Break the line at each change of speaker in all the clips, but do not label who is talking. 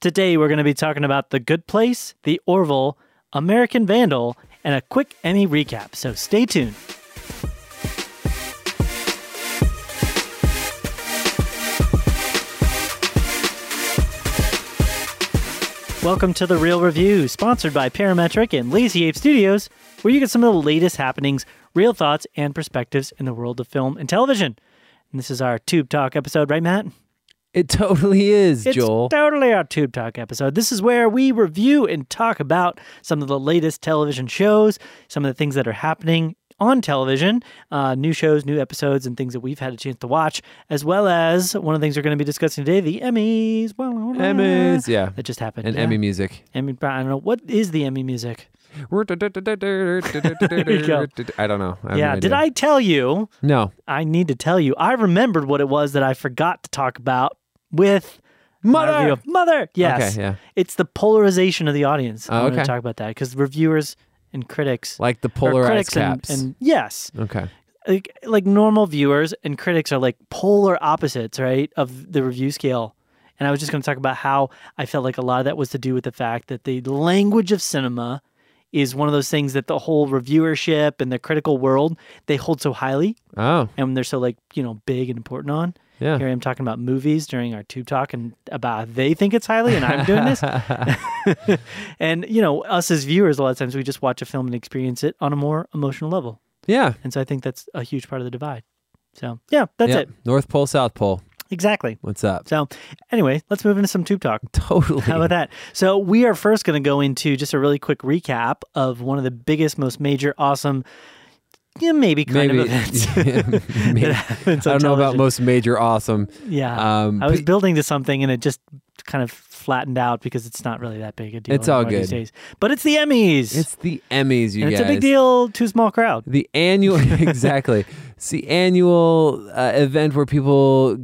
Today, we're going to be talking about The Good Place, The Orville, American Vandal, and a quick Emmy recap, so stay tuned. Welcome to The Real Review, sponsored by Parametric and Lazy Ape Studios, where you get some of the latest happenings, real thoughts, and perspectives in the world of film and television. And this is our Tube Talk episode, right, Matt?
It totally is,
It's
Joel.
totally our Tube Talk episode. This is where we review and talk about some of the latest television shows, some of the things that are happening on television, uh, new shows, new episodes, and things that we've had a chance to watch, as well as one of the things we're going to be discussing today the Emmys. Wah, wah, wah.
Emmys, yeah.
That just happened.
And
yeah.
Emmy music.
Emmy, I don't know. What is the Emmy music? go.
I don't know. I have
yeah.
no
Did
idea.
I tell you?
No.
I need to tell you. I remembered what it was that I forgot to talk about with my
Mother!
review of Mother. Yes.
Okay, yeah.
It's the polarization of the audience.
Oh,
I'm going
okay.
to talk about that because reviewers and critics,
Like the
or
polarized
critics and-
caps.
And, yes,
okay.
like, like normal viewers and critics are like polar opposites, right, of the review scale. And I was just going to talk about how I felt like a lot of that was to do with the fact that the language of cinema is one of those things that the whole reviewership and the critical world they hold so highly
Oh,
and they're so like you know big and important on.
yeah.
Here I am talking about movies during our tube talk and about they think it's highly and I'm doing this. and you know, us as viewers, a lot of times we just watch a film and experience it on a more emotional level.
Yeah.
And so I think that's a huge part of the divide. So yeah, that's
yeah.
it
North Pole, South Pole.
exactly.
What's up?
So anyway, let's move into some tube talk.
Totally.
How about that? So we are first going to go into just a really quick recap of one of the biggest, most major, awesome, yeah, maybe kind
Maybe.
of events.
Yeah, maybe.
that
I
happens on
don't know about
television.
most major awesome.
Yeah.
Um,
I was
but-
building to something and it just kind of flattened out because it's not really that big a deal.
It's all
anymore These
good.
days. But it's the Emmys.
It's the Emmys, you
and
guys.
it's a big deal to a small crowd.
The annual, exactly. It's the annual uh, event where people,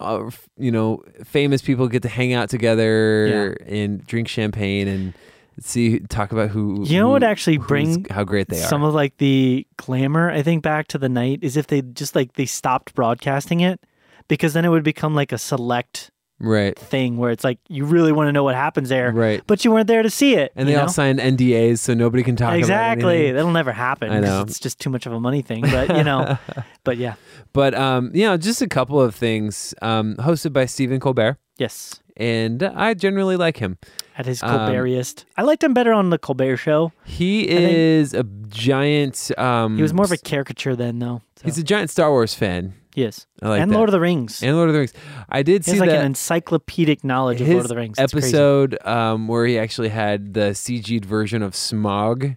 are, f- you know, famous people get to hang out together and drink champagne and see, talk about who.
You know what
who-
actually
who's-
bring
how great they
Some
are.
of like the glamour, I think, back to the night is if they just like they stopped broadcasting it because then it would become like a select
Right,
thing where it's like you really want to know what happens there,
right.
but you weren't there to see it.
And
you
they all
know?
sign NDAs, so nobody can talk about
exactly.
anything.
That'll never happen.
I
'cause
know.
It's just too much of a money thing, but you know, but yeah,
But um, you know, just a couple of things. Um, hosted by Stephen Colbert,
yes.
and I generally like him.
At his
Um,
Colbertiest. I liked him better on the Colbert Show.
He
think-
is a giant. Um,
He was more of a
s-
caricature then, though. So.
He's a giant Star Wars fan.
he is.
I like
and
that.
Lord of the Rings.
and Lord of the Rings. I did
he
see
has like
that
an encyclopedic knowledge of
his
Lord of the Rings. It's crazy.
episode um, where he actually had the CG'd version of Smog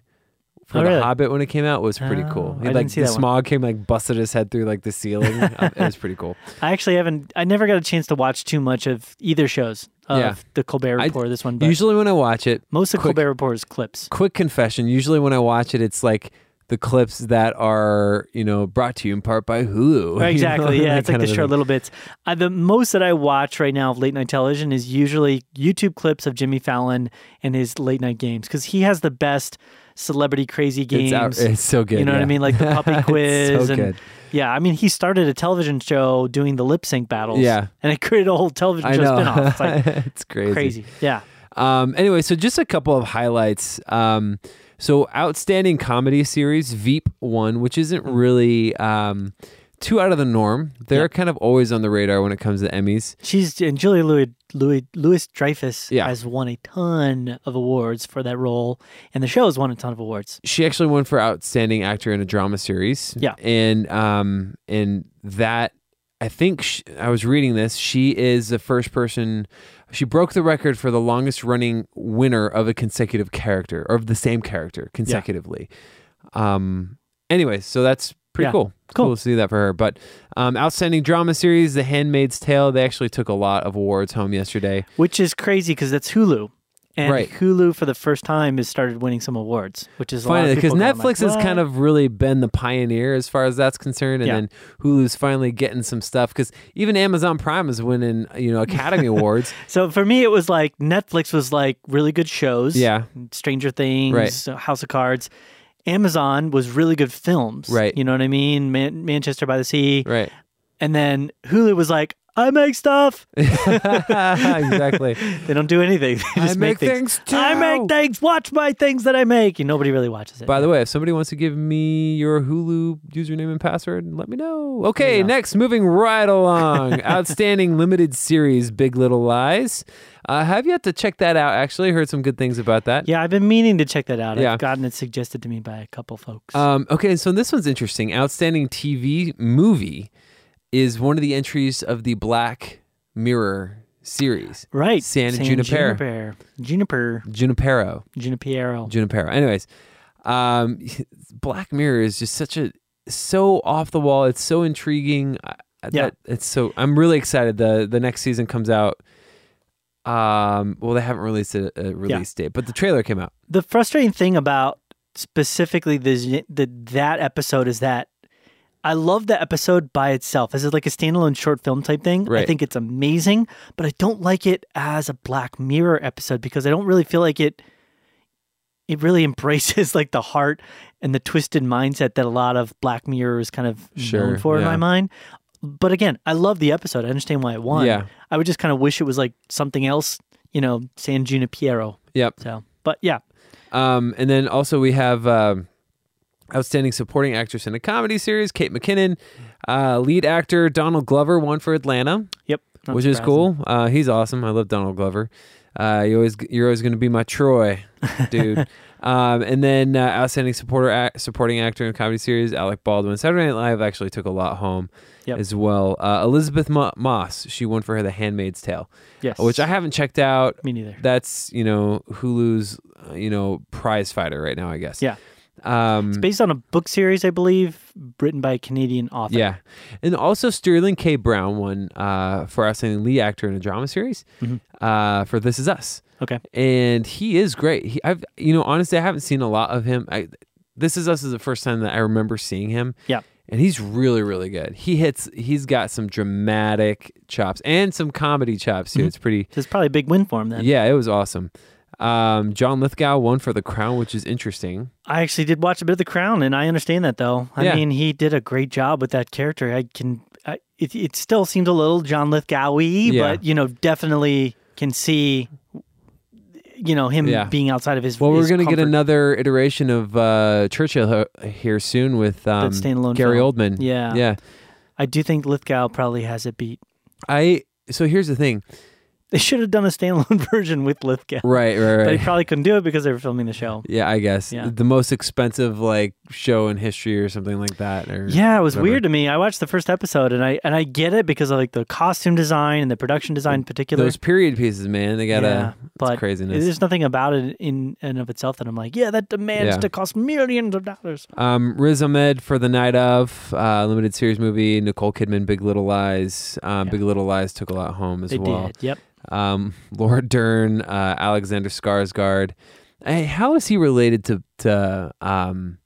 for
Oh,
The
really?
Hobbit when it came out was pretty cool.
Oh,
He,
I
like
didn't see
the
that one.
Smog came like busted his head through like the ceiling. Uh, it was pretty cool.
I actually haven't. I never got a chance to watch too much of either shows of
Yeah.
the Colbert
I-
Report. or this one, but
Usually when I watch it,
most of
quick-
Colbert Report is clips.
quick confession. Usually when I watch it, it's like the clips that are you know brought to you in part by Hulu.
Right, exactly.
You know,
yeah,
that
it's like
kind
the
of a
short
thing.
little bits. I, the most that I watch right now of late night television is usually YouTube clips of Jimmy Fallon and his late night games because he has the best celebrity crazy games.
It's, out, it's so good.
You know what I
yeah.
mean? Like the puppy
It's
quiz.
so
and,
good.
Yeah, I mean, he started a television show doing the lip sync battles.
Yeah.
And it created a whole television
I
show
know.
spinoff. It's like
it's
crazy. Yeah.
Um, anyway, so just a couple of highlights. Um, so outstanding comedy series Veep one, which isn't really um, too out of the norm. They're
Yep.
kind of always on the radar when it comes to Emmys.
She's, and Julia Louis, Louis, Louis Dreyfus
Yeah.
has won a ton of awards for that role. And the show has won a ton of awards.
She actually won for outstanding actor in a drama series.
Yeah.
and um, and that I think sh I was reading this. She is the first person. She broke the record for the longest running winner of a consecutive character or of the same character consecutively. Um. Anyways, so that's pretty
Yeah.
cool.
Cool.
to see that for her. But um, outstanding drama series, The Handmaid's Tale. They actually took a lot of awards home yesterday.
which is crazy because that's Hulu. And
Right.
Hulu, for the first time, has started winning some awards, which is a lot of
Finally, because
people going
Netflix
like,
has kind
"What?"
of really been the pioneer as far as that's concerned, and
Yeah.
then Hulu's finally getting some stuff. Because even Amazon Prime is winning, you know, Academy Awards.
So for me, it was like Netflix was like really good shows.
Yeah.
Stranger Things,
Right.
uh, House of Cards. Amazon was really good films.
Right.
You know what I mean? Man- Manchester by the Sea.
Right.
And then Hulu was like, I make stuff.
exactly.
They don't do anything. They
I
just make, things.
too.
I make things. Watch my things that I make. And nobody really watches it.
By the way, if somebody wants to give me your Hulu username and password, let me know. Okay,
Yeah.
next, moving right along. Outstanding limited series, Big Little Lies. Uh, have yet to check that out. Actually, heard some good things about that.
yeah, I've been meaning to check that out.
Yeah.
I've gotten it suggested to me by a couple folks.
Um, okay, so this one's interesting. Outstanding TV movie is one of the entries of the Black Mirror series.
right.
San Junipero.
Juniper. Juniper.
Junipero.
Junipero.
Junipero. Anyways, um, Black Mirror is just such a so off the wall. It's so intriguing. I- I-
Yeah.
that- it's so. I'm really excited. the The next season comes out. Um, well, they haven't released a, a release date, but the trailer came out.
the frustrating thing about specifically this the, that episode is that I love the episode by itself. As it's like a standalone short film type thing. I
Right.
think it's amazing, but I don't like it as a Black Mirror episode because I don't really feel like it it really embraces like the heart and the twisted mindset that a lot of Black Mirror is kind of
Sure,
known for in
yeah.
my mind. But again, I love the episode. I understand why it won.
Yeah.
I would just kind of wish it was like something else, you know, San Junipero.
Yep.
So, but yeah,
Um, and then also we have um, outstanding supporting actress in a comedy series, Kate McKinnon, uh, lead actor Donald Glover won for Atlanta,
Yep. not
which is
surprising.
cool. Uh, he's awesome. I love Donald Glover. Uh, you always you're always going to be my Troy, dude. um, and then uh, outstanding supporter ac- supporting actor in a comedy series, Alec Baldwin. Saturday Night Live actually took a lot home.
Yep.
As well, uh, Elizabeth Mo- Moss, she won for her The Handmaid's Tale,
Yes.
which I haven't checked out
Me neither.
that's you know Hulu's uh, you know prize fighter right now, I guess.
Yeah.
Um,
Based on a book series, I believe, written by a Canadian author.
yeah, and also Sterling K. Brown won uh, for outstanding lead actor in a drama series
Mhm.
uh, for This Is Us,
Okay.
and he is great. He, I've you know honestly I haven't seen a lot of him. I, this Is Us is the first time that I remember seeing him.
Yeah.
And he's really, really good. He hits. He's got some dramatic chops and some comedy chops
Mm-hmm.
too. It's pretty.
So it's probably a big win for him then.
Yeah, it was awesome. Um, John Lithgow won for The Crown, which is interesting.
I actually did watch a bit of The Crown, and I understand that though. I
Yeah.
mean, he did a great job with that character. I can. I, it, it still seemed a little John Lithgow-y,
Yeah.
but you know, definitely can see, you know, him
Yeah.
being outside of his.
Well, we're
his
going to get
comfort-
another iteration of uh, Churchill h- here soon with um,
standalone
Gary
film.
Oldman.
Yeah.
yeah.
I do think Lithgow probably has it beat.
I so here's the thing.
They should have done a standalone version with Lithgow,
Right, right,
but he
right.
probably couldn't do it because they were filming the show.
yeah, I guess
Yeah.
the most expensive like show in history or something like that. Or
Yeah, it was
whatever.
weird to me. I watched the first episode and I and I get it because of like the costume design and the production design in particular.
Those period pieces, man. They gotta.
yeah, but
craziness.
There's nothing about it in and of itself that I'm like, yeah, that demands
Yeah.
to cost millions of dollars.
Um, Riz Ahmed for the night of uh, limited series movie. Nicole Kidman, Big Little Lies. Um,
Yeah.
Big Little Lies took a lot home as
They
well.
did. Yep.
um, Laura Dern, uh, Alexander Skarsgård. Hey, how is he related to to um,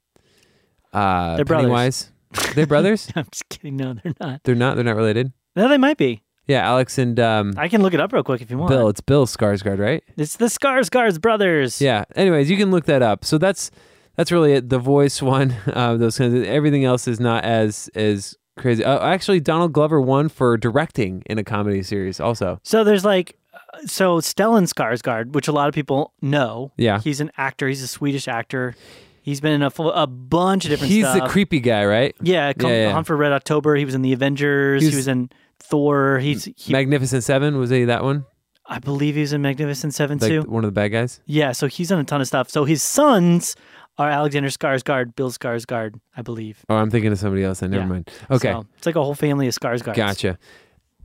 uh,
They're brothers.
Pennywise? They're brothers.
I'm just kidding. No, they're not.
they're not. They're not related.
No, they might be.
Yeah, Alex and um,
I can look it up real quick if you want.
Bill. It's Bill Skarsgård, right?
It's the Skarsgård brothers.
Yeah. Anyways, you can look that up. So that's that's really it. The voice one. Uh, those kinds. Of, everything else is not as as crazy. Oh, actually, Donald Glover won for directing in a comedy series. Also,
So there's like, uh, so Stellan Skarsgård, which a lot of people know.
Yeah.
He's an actor. He's a Swedish actor. He's been in a, full, a bunch of different
he's
stuff.
the creepy guy, right?
Yeah, come,
yeah.
Hunt for Red October. He was in the Avengers.
He's-
he was in Thor. He's he,
Magnificent Seven was he that one?
I believe he was in Magnificent Seven
Like
too.
one of the bad guys.
Yeah, so he's done a ton of stuff. So his sons are Alexander Skarsgård, Bill Skarsgård, I believe.
Oh, I'm thinking of somebody else. Then never
Yeah.
mind. Okay,
So it's like a whole family of Skarsgårds.
gotcha.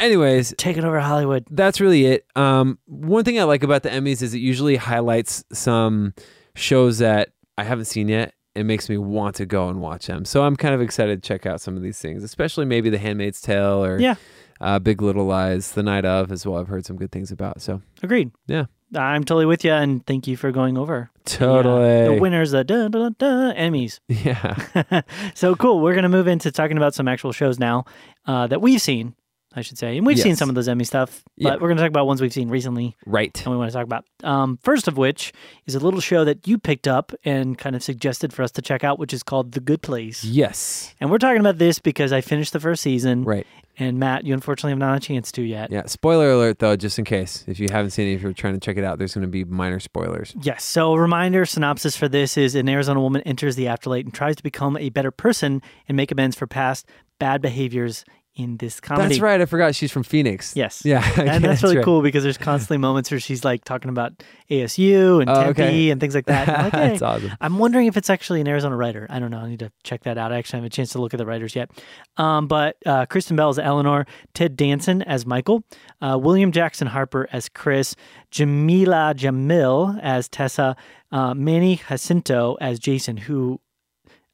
Anyways,
Taking over Hollywood.
that's really it. Um, one thing I like about the Emmys is it usually highlights some shows that I haven't seen yet. It makes me want to go and watch them. So I'm kind of excited to check out some of these things, especially maybe The Handmaid's Tale or
Yeah.
uh, Big Little Lies, The Night of, as well. I've heard some good things about. So
Agreed.
Yeah.
I'm totally with you, and thank you for going over. the, uh,
totally.
The, winners, the da, da, da, Emmys.
yeah.
so cool. We're going to move into talking about some actual shows now uh, that we've seen, I should say. And we've seen
Yes.
some of those Emmy stuff, but
Yeah.
we're going to talk about ones we've seen recently
Right.
and we want to talk about. Um, first of which is a little show that you picked up and kind of suggested for us to check out, which is called The Good Place.
Yes.
And we're talking about this because I finished the first season
Right.
And Matt, you unfortunately have not had a chance to yet.
Yeah. Spoiler alert, though, just in case. If you haven't seen it, if you're trying to check it out, there's going to be minor spoilers.
Yes. So, a reminder synopsis for this is an Arizona woman enters the afterlife and tries to become a better person and make amends for past bad behaviors in this comedy.
That's right. I forgot she's from Phoenix.
Yes.
Yeah. okay,
And that's really
right.
cool because there's constantly moments where she's like talking about ASU and
Oh,
Tempe
okay.
and things like that. I'm like,
That's
"Hey."
awesome.
I'm wondering if it's actually an Arizona writer. I don't know. I need to check that out. I actually haven't had a chance to look at the writers yet. Um, but uh, Kristen Bell as Eleanor, Ted Danson as Michael, uh, William Jackson Harper as Chris, Jamila Jamil as Tessa, uh, Manny Jacinto as Jason, who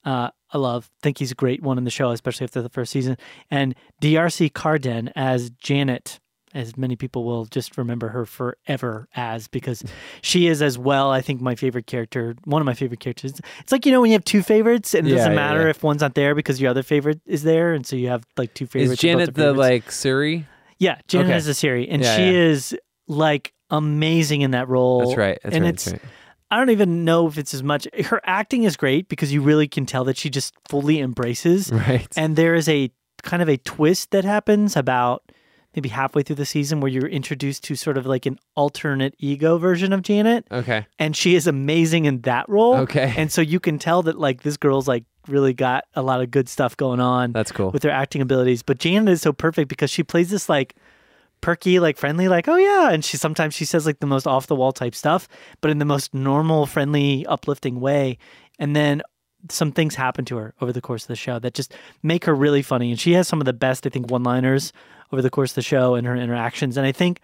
uh, I love. Think he's a great one in the show, especially after the first season. And DRC Carden as Janet, as many people will just remember her forever as, because she is as well, I think, my favorite character, one of my favorite characters. It's like, you know, when you have two favorites and it
Yeah,
doesn't
yeah,
matter
yeah.
if one's not there because your other favorite is there. And so you have like two favorites. but
Is
both
Janet
are
the
favorites.
like Suri?
Yeah, Janet
Okay.
is a Siri, and
Yeah,
she
yeah.
is like amazing in that role.
That's right. That's
and
right.
it's
That's right.
I don't even know if it's as much. Her acting is great because you really can tell that she just fully embraces.
Right.
And there is a kind of a twist that happens about maybe halfway through the season where you're introduced to sort of like an alternate ego version of Janet,
okay.
and she is amazing in that role.
Okay.
And so you can tell that like this girl's like really got a lot of good stuff going on
That's cool.
with her acting abilities. But Janet is so perfect because she plays this like perky, like friendly, like oh yeah, and she sometimes she says like the most off the wall type stuff, but in the most normal, friendly, uplifting way. And then some things happen to her over the course of the show that just make her really funny. And she has some of the best, I think, one liners over the course of the show and her interactions. And I think.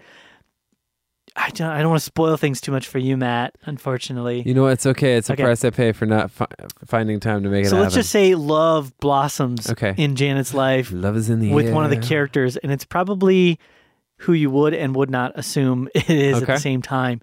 I don't, I don't want to spoil things too much for you, Matt, unfortunately.
You know what? It's okay. It's a
Okay.
price I pay for not fi- finding time to make it
so
happen.
let's just say love blossoms
Okay.
in Janet's life
Love is in the
with one of the
air.
characters, and it's probably who you would and would not assume it is at
Okay.
the same time.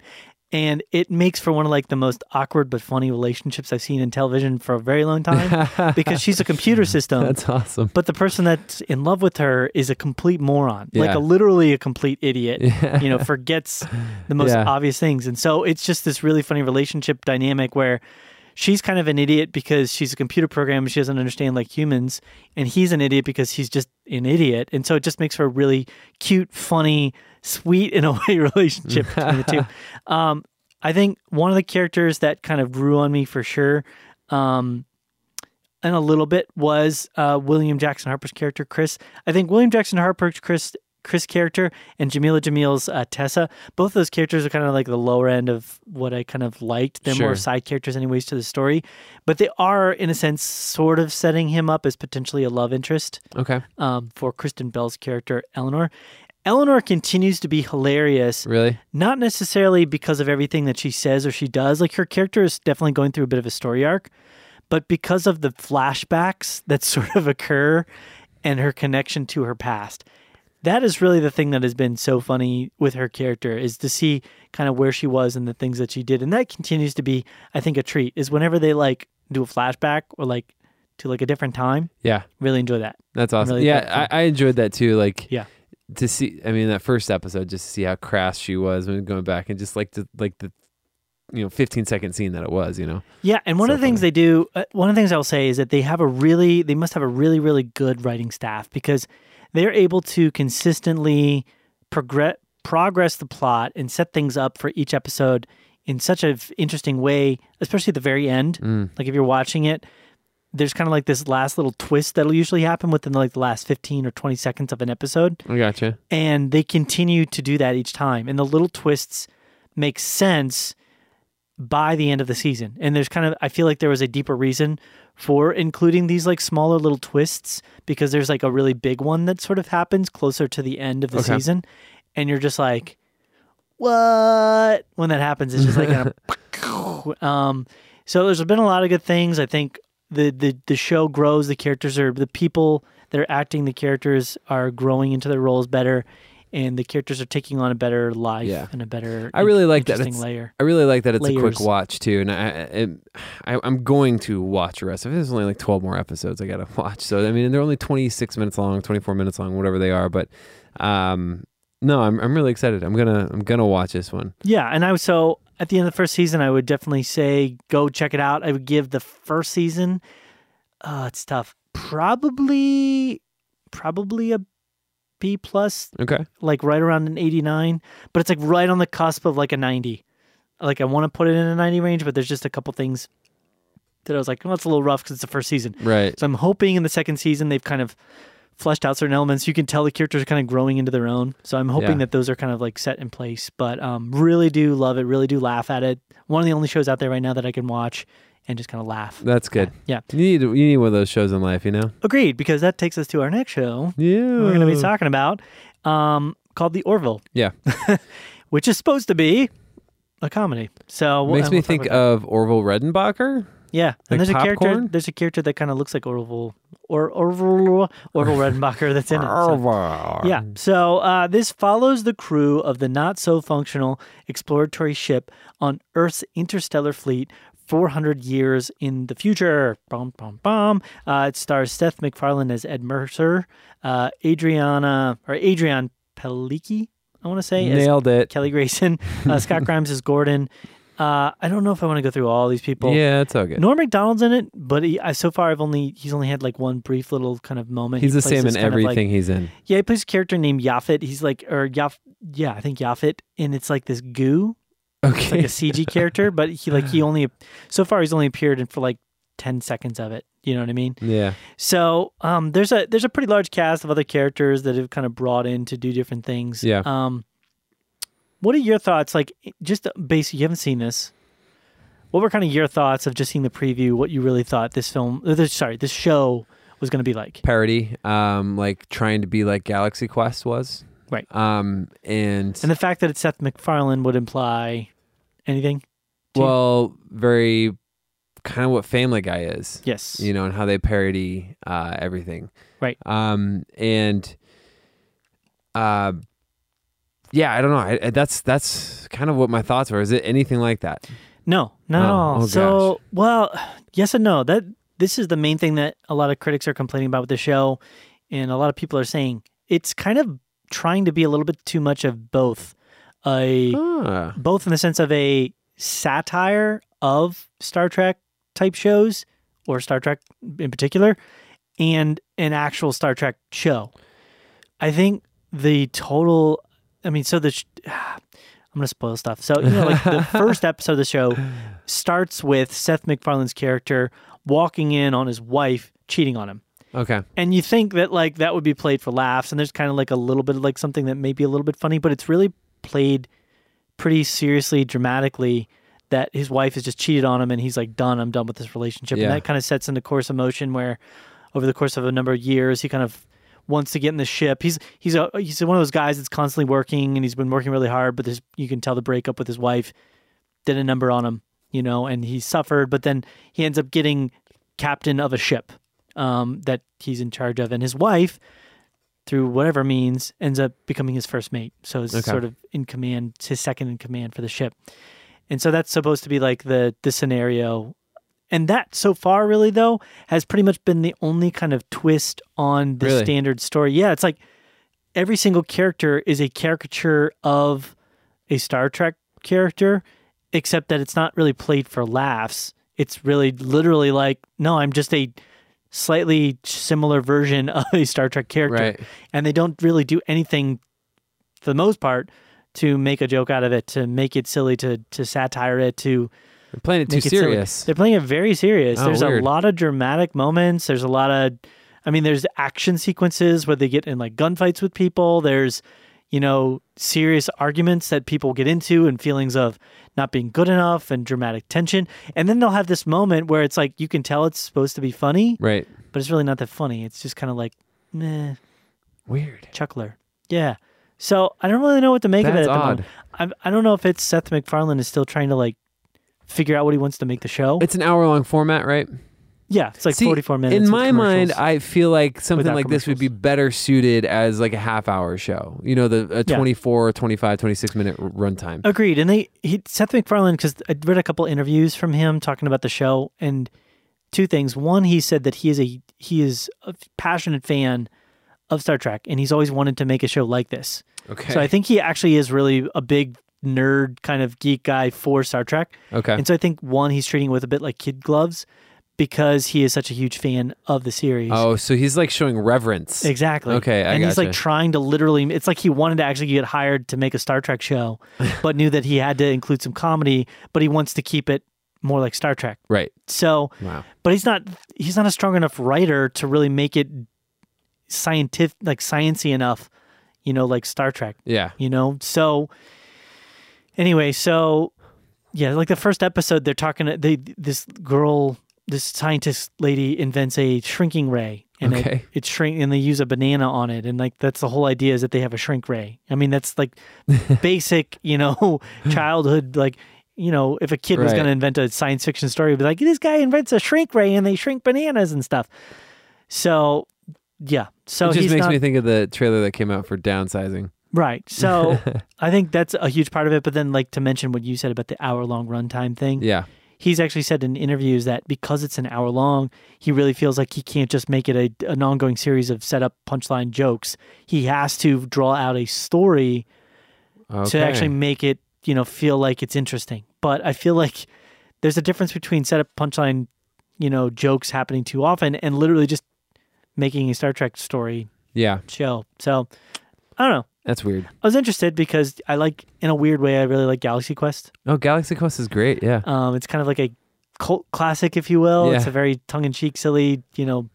And it makes for one of like the most awkward but funny relationships I've seen in television for a very long time because she's a computer system.
That's awesome.
but the person that's in love with her is a complete moron, like
Yeah.
a literally a complete idiot. You know, forgets the most
Yeah.
obvious things, and so it's just this really funny relationship dynamic where she's kind of an idiot because she's a computer programmer, she doesn't understand like humans, and he's an idiot because he's just an idiot, and so it just makes for a really cute, funny, sweet in a way relationship between the two. Um, I think one of the characters that kind of grew on me for sure. Um, and a little bit was uh, William Jackson Harper's character Chris. I think William Jackson Harper's Chris Chris character and Jamila Jamil's uh, Tessa. Both those characters are kind of like the lower end of what I kind of liked. They're more
Sure.
side characters, anyways, to the story, but they are in a sense sort of setting him up as potentially a love interest
Okay.
um, for Kristen Bell's character Eleanor. Eleanor continues to be hilarious
Really?
not necessarily because of everything that she says or she does. Like her character is definitely going through a bit of a story arc, but because of the flashbacks that sort of occur and her connection to her past. That is really the thing that has been so funny with her character is to see kind of where she was and the things that she did. And that continues to be, I think, a treat is whenever they like do a flashback or like to like a different time.
Yeah.
Really enjoy that.
That's awesome.
really
yeah,
effective.
I, I enjoyed that too. Like,
Yeah.
to see. I mean, that first episode, just to see how crass she was when going back and just like the like the you know 15 second scene that it was. You know.
Yeah, and one
So
of the things
funny.
they do, uh, one of the things I'll say is that they have a really, they must have a really, really good writing staff because they're able to consistently progress progress the plot and set things up for each episode in such an interesting way, especially at the very end.
Mm.
Like if you're watching it, there's kind of like this last little twist that'll usually happen within like the last 15 or 20 seconds of an episode
I gotcha.
and they continue to do that each time and the little twists make sense by the end of the season and there's kind of i feel like there was a deeper reason for including these like smaller little twists because there's like a really big one that sort of happens closer to the end of the
Okay.
season and you're just like what when that happens it's just like kind of um so there's been a lot of good things i think the the the show grows the characters are the people that are acting the characters are growing into their roles better and the characters are taking on a better life
Yeah.
and a better
I really like that.
interesting
It's-
layer
I really like that it's a
Layers.
quick watch too, and I, I, I I'm going to watch the rest of it. There's only like 12 more episodes I gotta watch, so I mean they're only 26 minutes long, 24 minutes long, whatever they are. But um, no, I'm I'm really excited. I'm gonna I'm gonna watch this one.
yeah and i was so at the end of the first season i would definitely say go check it out i would give the first season uh it's tough probably probably a B plus,
Okay.
like right around an 89, but it's like right on the cusp of like a 90. Like I want to put it in a 90 range, but there's just a couple things that I was like, well, that's a little rough because it's the first season.
Right.
So I'm hoping in the second season they've kind of fleshed out certain elements. You can tell the characters are kind of growing into their own. So I'm hoping
Yeah.
that those are kind of like set in place. But um, really do love it. Really do laugh at it. One of the only shows out there right now that I can watch and just kind of laugh.
That's good.
Yeah.
You need you need one of those shows in life, you know?
Agreed. Because that takes us to our next show
Yeah.
we're going to be talking about um, called The Orville,
Yeah.
which is supposed to be a comedy. So we'll-
Makes
and
me
we'll talk
think
about
of Orville
that.
Redenbacher.
yeah. and
like
there's a character
popcorn?
there's a character that kind of looks like Orville or Orville Orville Redenbacher that's in it. So-
Orville.
Yeah. So uh, this follows the crew of the not so functional exploratory ship on Earth's interstellar fleet 400 years in the future. Bum, bum, bum. Uh, it stars Seth MacFarlane as Ed Mercer, uh, Adriana, or Adrian Palicki, I want to say, as
Nailed it.
Kelly Grayson, uh, Scott Grimes as Gordon. Uh, I don't know if I want to go through all these people.
Yeah, it's all good.
Norm Macdonald's in it, but he, I, so far I've only he's only had like one brief little kind of moment.
He's
He
the
plays
same
this
in
kind of, like,
everything he's in.
yeah, he plays a character named Yafit. He's like, or Yaf, yeah, I think Yafit, and it's like this goo,
Okay.
like a CG character. But he like he only so far he's only appeared in for like ten seconds of it. You know what I mean?
yeah.
So um, there's a there's a pretty large cast of other characters that have kind of brought in to do different things.
Yeah.
Um, what are your thoughts? Like, just basically, you haven't seen this. What were kind of your thoughts of just seeing the preview? What you really thought this film, or this, sorry, this show was going to be like?
Parody. Um, like trying to be like Galaxy Quest was.
Right.
Um, and,
And the fact that it's Seth MacFarlane would imply anything? to you?
well, very kind of what Family Guy is.
Yes.
you know, and how they parody uh, everything.
Right.
Um, and uh, yeah, I don't know. I, I- that's that's kind of what my thoughts were. Is it anything like that?
No, not at
Oh,
all.
oh,
so, well, yes and no. That this is the main thing that a lot of critics are complaining about with the show, and a lot of people are saying it's kind of trying to be a little bit too much of both. A
Ah,
both in the sense of a satire of Star Trek type shows or Star Trek in particular and an actual Star Trek show. I think the total I mean so the sh- I'm going to spoil stuff. So, you know like the first episode of the show starts with Seth MacFarlane's character walking in on his wife cheating on him
okay.
and you think that like that would be played for laughs and there's kind of like a little bit of like something that may be a little bit funny but it's really played pretty seriously dramatically that his wife has just cheated on him and he's like done i'm done with this relationship
Yeah.
and that kind of sets into course of motion where over the course of a number of years he kind of wants to get in the ship he's he's a he's one of those guys that's constantly working and he's been working really hard but this you can tell the breakup with his wife did a number on him, you know, and he suffered, but then he ends up getting captain of a ship um, that he's in charge of. And his wife, through whatever means, ends up becoming his first mate. So is
Okay.
sort of in command, his second in command for the ship. And so that's supposed to be like the the scenario. And that so far really though has pretty much been the only kind of twist on the
Really?
standard story. Yeah, it's like every single character is a caricature of a Star Trek character, except that it's not really played for laughs. It's really literally like, no, I'm just a slightly similar version of a Star Trek character.
Right.
And they don't really do anything for the most part to make a joke out of it, to make it silly, to to satire it, to
They're playing it too
make it silly.
serious.
They're playing it very serious.
Oh,
there's
weird.
a lot of dramatic moments. There's a lot of, I mean, there's action sequences where they get in like gunfights with people. There's, you know, serious arguments that people get into and feelings of not being good enough and dramatic tension. And then they'll have this moment where it's like you can tell it's supposed to be funny,
Right.
but it's really not that funny. It's just kind of like, meh,
Weird.
chuckler. Yeah. So I don't really know what to make of it. At
That's
the
odd.
moment. I'm, I don't know if it's Seth MacFarlane is still trying to like figure out what he wants to make the show.
It's an hour long format, right?
Yeah, it's like
See,
44 minutes.
In
with
my mind,
commercials.
I feel like something
Without
like this would be better suited as like a half hour show. You know, the a
Yeah. Oh,
24, 25, 26 minute r- runtime.
agreed. And they he, Seth MacFarlane because I read a couple interviews from him talking about the show and two things. One, he said that he is a he is a passionate fan of Star Trek and he's always wanted to make a show like this.
Okay.
So I think he actually is really a big nerd kind of geek guy for Star Trek.
okay.
And so I think one, he's treating it with a bit like kid gloves, because he is such a huge fan of the series.
Oh, so he's like showing reverence.
Exactly.
Okay, I
and he's like
gotcha.
trying to literally. It's like he wanted to actually get hired to make a Star Trek show, but knew that he had to include some comedy. But he wants to keep it more like Star Trek.
Right.
So,
Wow.
but he's not. He's not a strong enough writer to really make it scientific, like sciency enough. You know, like Star Trek.
Yeah.
You know. So, anyway, so yeah, like the first episode, they're talking. They this girl, this scientist lady, invents a shrinking ray, and it,
Okay.
it shrink, and they use a banana on it, and like that's the whole idea is that they have a shrink ray. I mean, that's like basic, you know, childhood like. You know, if a kid was
Right.
going to invent a science fiction story, it'd be like, this guy invents a shrink ray and they shrink bananas and stuff. So, yeah. So
it
he's
just makes
not,
me think of the trailer that came out for downsizing.
Right. So I think that's a huge part of it. But then, like to mention what you said about the hour long runtime thing,
Yeah.
he's actually said in interviews that because it's an hour long, he really feels like he can't just make it a, an ongoing series of setup punchline jokes. He has to draw out a story
Okay.
to actually make it, you know, feel like it's interesting. But I feel like there's a difference between setup punchline, you know, jokes happening too often and literally just making a Star Trek story
Yeah.
show. So I don't know.
That's weird.
I was interested because I like, in a weird way, I really like Galaxy Quest.
Oh, Galaxy Quest is great. Yeah.
Um, it's kind of like a cult classic, if you will. It's
Yeah.
a very tongue in cheek, silly, you know.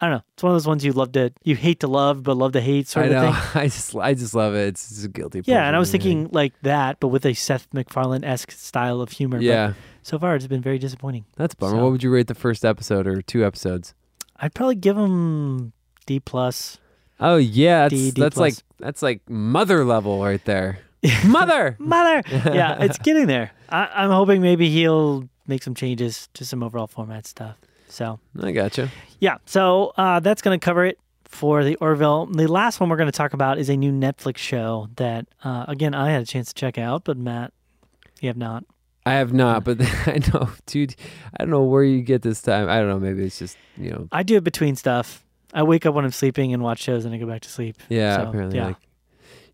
I don't know. It's one of those ones you love to, you hate to love, but love to hate sort
I
of
know.
thing.
I just I just love it. It's, it's a guilty pleasure.
Yeah, and I was
for me.
thinking like that, but with a Seth MacFarlane esque style of humor. But
Yeah.
so far, it's been very disappointing.
That's a bummer.
so-
What would you rate the first episode or two episodes?
I'd probably give him D plus.
Oh yeah, that's
D- D
that's like
plus.
that's like mother level right there. mother.
Mother, yeah, it's getting there. I, I'm hoping maybe he'll make some changes to some overall format stuff. So
I gotcha.
Yeah, so uh, that's going to cover it for the Orville. The last one we're going to talk about is a new Netflix show that, uh, again, I had a chance to check out, but Matt, you have not.
I have not, but I know, dude. I don't know where you get this time. I don't know. Maybe it's just you know.
I do it between stuff. I wake up when I'm sleeping and watch shows, and I go back to sleep.
Yeah,
So,
apparently,
yeah.
like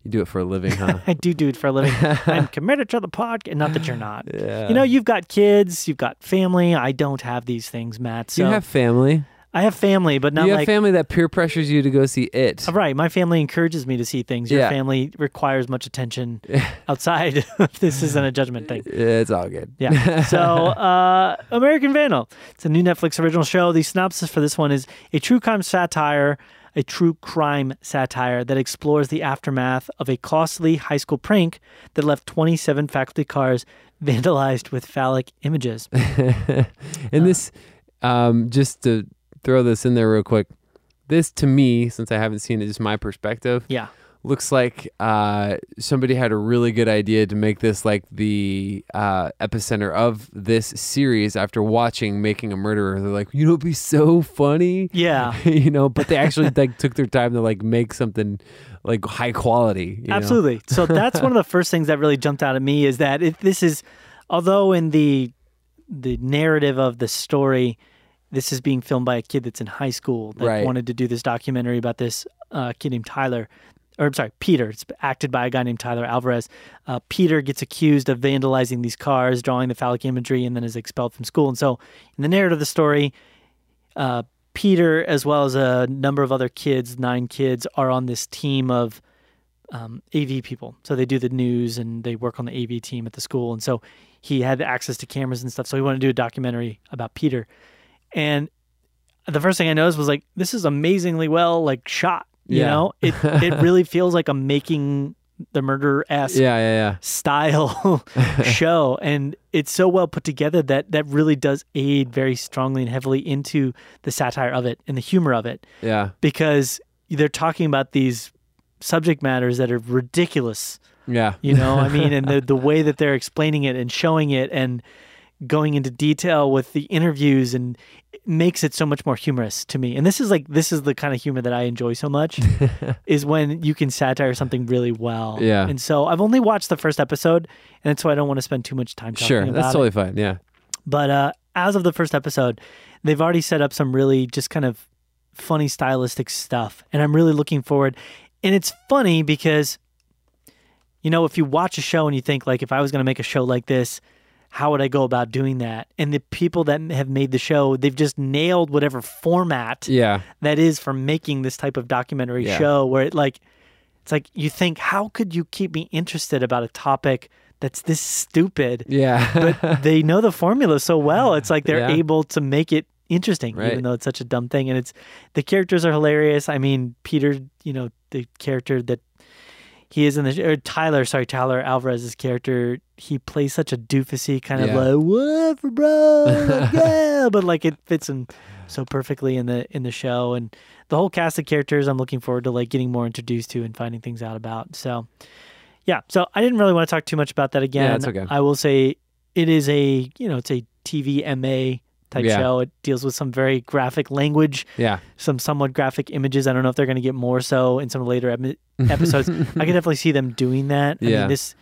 you do it for a living, huh?
I do do it for a living. I'm committed to the podcast, not that you're not.
yeah.
You know, you've got kids, you've got family. I don't have these things, Matt. So
you have family.
I have family, but not
you have
like Uh,
family that peer pressures you to go see it.
Right. My family encourages me to see things. Your
Yeah.
family requires much attention outside. this isn't a judgment thing.
It's all good.
Yeah. So, uh, American Vandal. It's a new Netflix original show. The synopsis for this one is a true crime satire, a true crime satire that explores the aftermath of a costly high school prank that left 27 faculty cars vandalized with phallic images.
and this, um, just to throw this in there real quick, this to me, since I haven't seen it, just my perspective,
Yeah.
looks like uh, somebody had a really good idea to make this like the uh, epicenter of this series after watching Making a Murderer. They're like, you know, it'd be so funny.
Yeah.
you know, but they actually like took their time to like make something like high quality. you know?
Absolutely. So that's one of the first things that really jumped out at me is that it, this is, although in the the narrative of the story, this is being filmed by a kid that's in high school that
Right.
wanted to do this documentary about this uh, kid named Tyler, or I'm sorry, Peter. It's acted by a guy named Tyler Alvarez. Uh, Peter gets accused of vandalizing these cars, drawing the phallic imagery, and then is expelled from school. And so, in the narrative of the story, uh, Peter, as well as a number of other kids, nine kids, are on this team of um, AV people. So they do the news and they work on the AV team at the school. And so he had access to cameras and stuff. So he wanted to do a documentary about Peter. And the first thing I noticed was like, this is amazingly well like shot. You
Yeah.
know, it it really feels like a making the murderer esque
Yeah, yeah,
style show and it's so well put together that that really does aid very strongly and heavily into the satire of it and the humor of it
yeah, yeah.
because they're talking about these subject matters that are ridiculous
Yeah.
you know i mean and the, the way that they're explaining it and showing it and going into detail with the interviews and it makes it so much more humorous to me and this is like this is the kind of humor that i enjoy so much is when you can satire something really well
Yeah.
and so i've only watched the first episode and that's why i don't want to spend too much time talking
Sure.
about
That's
it.
totally fine. Yeah.
But uh, as of the first episode, they've already set up some really just kind of funny stylistic stuff. And I'm really looking forward. And it's funny because, you know, if you watch a show and you think, like, if I was going to make a show like this, how would I go about doing that? And the people that have made the show, they've just nailed whatever format
Yeah.
that is for making this type of documentary
Yeah.
show where it like it's like you think how could you keep me interested about a topic that's this stupid
Yeah.
but they know the formula so well it's like they're
Yeah.
able to make it interesting even
Right.
though it's such a dumb thing and it's the characters are hilarious i mean peter you know the character that he is in the or tyler sorry tyler alvarez's character he plays such a doofusy kind of
Yeah.
like whatever bro like, yeah but like it fits in so perfectly in the in the show and the whole cast of characters i'm looking forward to like getting more introduced to and finding things out about so yeah so i didn't really want to talk too much about that again
it's okay.
i will say it is a you know it's a tv ma type
Yeah.
show it deals with some very graphic language
yeah.
some somewhat graphic images i don't know if they're going to get more so in some later em- episodes i can definitely see them doing that i
Yeah.
mean this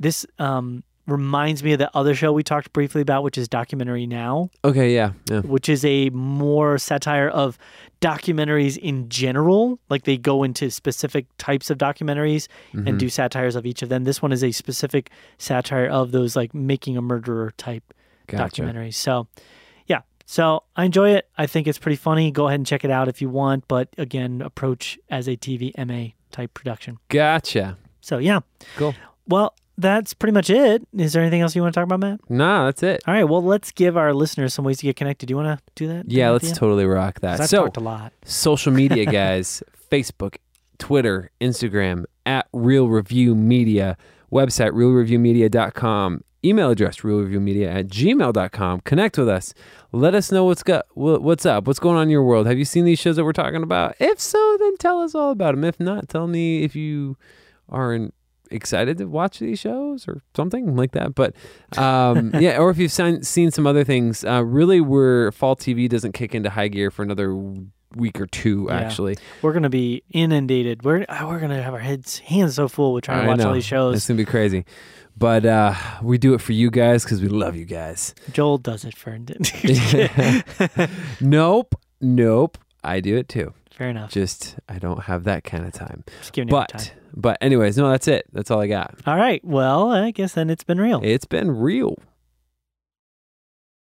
this um reminds me of the other show we talked briefly about which is documentary now
Okay. Yeah. Yeah.
which is a more satire of documentaries in general. Like they go into specific types of documentaries
Mm-hmm.
and do satires of each of them. This one is a specific satire of those like making a murderer type
Gotcha.
documentaries. So, yeah. So I enjoy it. I think it's pretty funny. Go ahead and check it out if you want. But again, approach as a TV MA type production.
Gotcha.
So, yeah.
Cool.
Well, that's pretty much it. Is there anything else you want to talk about, Matt?
Nah, that's it.
All right. Well, let's give our listeners some ways to get connected. Do you want to do that?
Yeah, let's
Anthea?
totally rock that.
I've
so,
talked a lot.
social media guys facebook twitter instagram at real review media website realreviewmedia.com email address realreviewmedia at gmail.com connect with us let us know what's got wh- what's up what's going on in your world have you seen these shows that we're talking about if so then tell us all about them if not tell me if you aren't excited to watch these shows or something like that but um, yeah or if you've seen, seen some other things uh, really we're fall tv doesn't kick into high gear for another week or two
Yeah.
actually
We're gonna be inundated. We're ah, we're gonna have our heads hands so full with trying to
I
watch all
know.
these
It's
shows.
gonna be crazy, but uh, we do it for you guys because we love you guys.
Joel does it for.
Nope, nope, I do it too.
Fair enough.
Just I don't have that kind of time.
Just giving you
But
time.
but anyways, no, that's it. That's all I got.
All right. Well, I guess then it's been real.
It's been real.